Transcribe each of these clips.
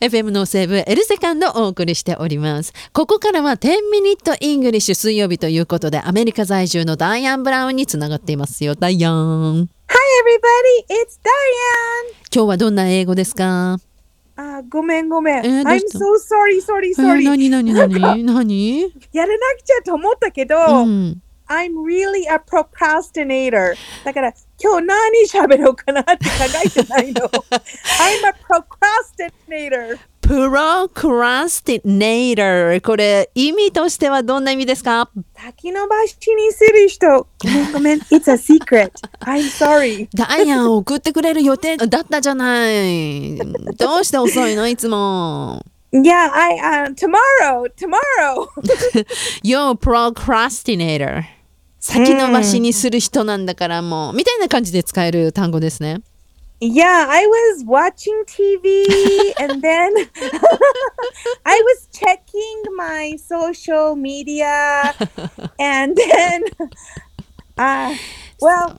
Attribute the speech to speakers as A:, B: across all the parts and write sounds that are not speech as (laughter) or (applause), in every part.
A: FM の西部エルセカンドをお送りしております。ここからは10ミニットイングリッシュ水曜日ということでアメリカ在住のダイアン・ブラウンにつながっていますよ。ダイアン。
B: Hi everybody, it's Diane.
A: 今日はどんな英語ですか
B: あごめんごめん。
A: えーどう
B: I'm
A: した
B: so sorry, sorry,
A: えー
B: sorry.、
A: 何何何何
B: やらなくちゃと思ったけど、
A: うん。
B: I'm really a procrastinator. だから今日何喋ろうかなって考えてないの。I'm a procrastinator.
A: プロクラスティネイター。これ意味としてはどんな意味ですか
B: 先延ばしにする人。ごめんごめん。It's a secret. I'm sorry.
A: ダイアン送ってくれる予定だったじゃない。どうして遅いのいつも。
B: Yeah, I, uh, tomorrow, tomorrow. (laughs)
A: (laughs) Yo, procrastinator. 先延ばしにする人なんだからもう、みたいな感じで使える単語ですね。
B: Yeah, I was watching TV and then (laughs) I was checking my social media and then (laughs) uh well
A: そう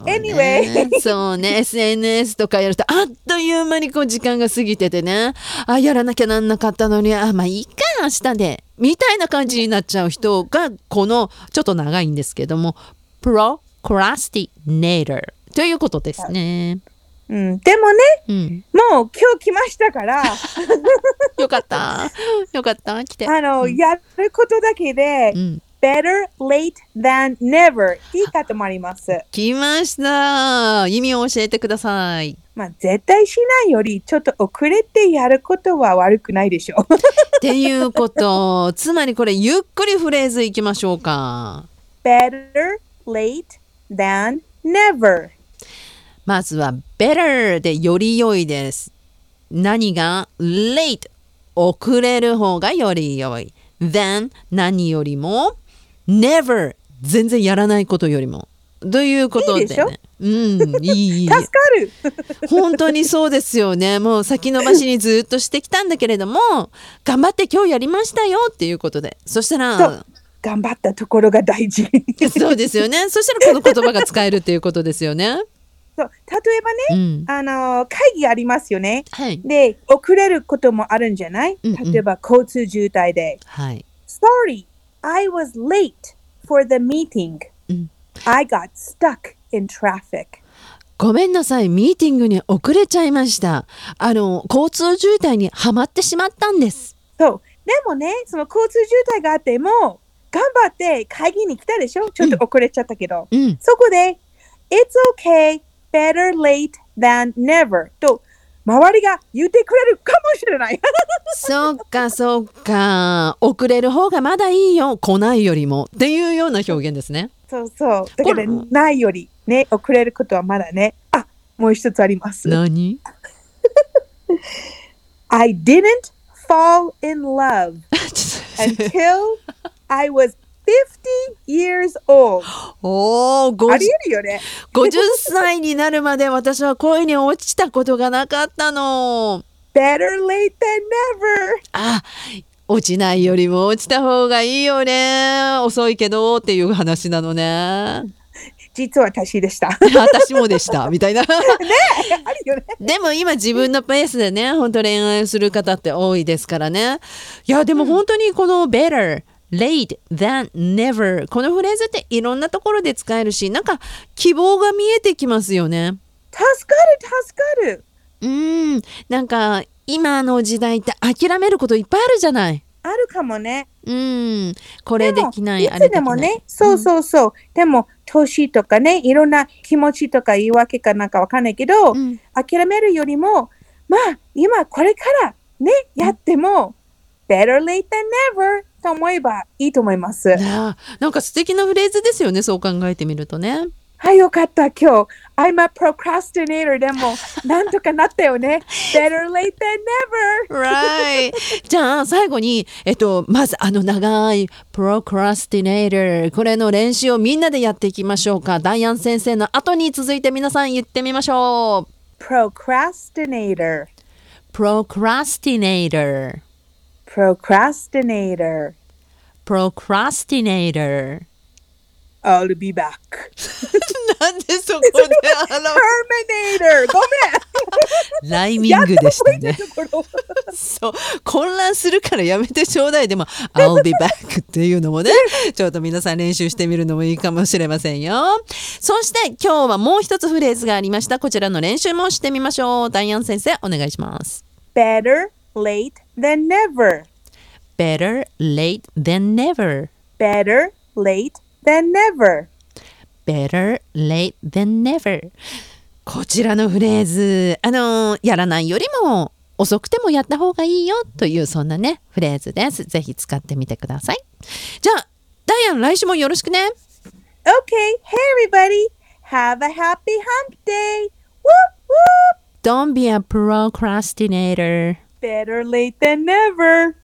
A: ね
B: anyway
A: そうね、SNS とかやると、あっという間にこう時間が過ぎててね、あ、やらなきゃなんなかったのに、あ、まあいいか、明日で、みたいな感じになっちゃう人が、この、ちょっと長いんですけども、procrastinator ということですね。
B: うんでもね
A: うん。
B: もう今日来ました
A: (laughs)
B: から
A: よかった。よかった。来て。
B: あのやることだけで
A: うん。
B: better late than never いいかともあります
A: 来ました意味を教えてください。
B: まあ絶対しないよりちょっと遅れてやることは悪くないでしょう
A: っていうこと、つまりこれゆっくりフレーズいきましょうか。
B: better late than never
A: まずは better でより良いです。何が late 遅れる方がより良い。then 何よりも never 全然やらないことよりも。ということで、ね。
B: いいでしょ
A: うん、いいいい。
B: (laughs) 助かる
A: 本当にそうですよね。もう先延ばしにずっとしてきたんだけれども、頑張って今日やりましたよっていうことで。そした
B: そ
A: ら
B: う、頑張ったところが大事 (laughs)
A: そうですよね。そしたらこの言葉が使えるっていうことですよね。
B: そう例えばね
A: うん。
B: あのー会議ありますよね
A: はい。
B: で遅れることもあるんじゃない
A: うんうん
B: 例えば交通渋滞で
A: はい。
B: Sorry I was late for the meeting
A: うん
B: I got stuck in traffic
A: ごめんなさい。ミーティングに遅れちゃいました。あの、交通渋滞にはまってしまったんです。
B: そうでもねその交通渋滞があっても頑張って会議に来たでしょちょっと遅れちゃったけど、
A: うん。
B: そこで、It's okay, better late than never と周りが言ってくれるかもしれない。 (laughs)
A: そうか、そうか。遅れる方がまだいいよ。来ないよりも。っていうような表現ですね。
B: そうそう。だから
A: これ
B: ないよりね、遅れることはまだね。あ、もう一つあります。
A: 何 (laughs)
B: I didn't fall in love
A: ちょっと
B: until I was 50 years old.
A: おー、
B: あ
A: 50
B: りえるよね。
A: 50歳になるまで私は恋に落ちたことがなかったの。
B: Better late than never.
A: あ、落ちないよりも落ちた方がいいよね。遅いけどっていう話なのね。
B: 実は私でした。ね、
A: 私もでした、みたいな。
B: (laughs) あるよね。
A: でも今自分のペースでね、本当恋愛する方って多いですからね。いや、でも本当にこの better, late than never このフレーズっていろんなところで使えるし、なんか希望が見えてきますよね。
B: 助かる、助かる。
A: うーん、なんか今の時代って諦めることいっぱいあるじゃない。
B: あるかもね。
A: うーん、これできない、
B: でも
A: あ
B: い
A: れで
B: つ
A: き
B: で
A: な
B: も
A: い。
B: ね、そうそうそう。でも、年とかね、いろんな気持ちとか言い訳かなんかわかんないけど、
A: うん
B: 諦めるよりも、まあ、今これからね、やっても、better late than never と思えばいいと思います。
A: いやーなんか素敵なフレーズですよね、そう考えてみるとね。
B: はい、よかった、今日。I'm a procrastinator でも、なんとかなったよ
A: (laughs)
B: ね。better late than never!
A: Right. (laughs) じゃあ最後に、えっと、まずあの長い procrastinator これの練習をみんなでやっていきましょうか。ダイアン先生の後に続いて皆さん言ってみましょ
B: procrastinator,
A: う。procrastinator
B: procrastinator,
A: procrastinator
B: I'll be
A: (laughs)
B: back.
A: なんでそこで表
B: Terminator! ご
A: ライミ
B: めんや
A: ン
B: っ
A: グ
B: と
A: でし
B: 覚
A: た
B: えた
A: ね。
B: ところ。
A: そう混乱するからやめてちょうだいでも「I'll be back」っていうのもねちょっと皆さん練習してみるのもいいかもしれませんよそして今日はもう一つフレーズがありましたこちらの練習もしてみましょうダイアン先生お願いします
B: Better late than never.
A: Better late than never
B: Better late than never.
A: Better late than never こちらのフレーズあのやらないよりも遅くてもやった方がいいよというそんなねフレーズですぜひ使ってみてくださいじゃあダイアン来週もよろしくね
B: Okay, hey everybody, have a happy hump day. Whoop whoop!
A: Don't be a procrastinator.
B: Better late than never.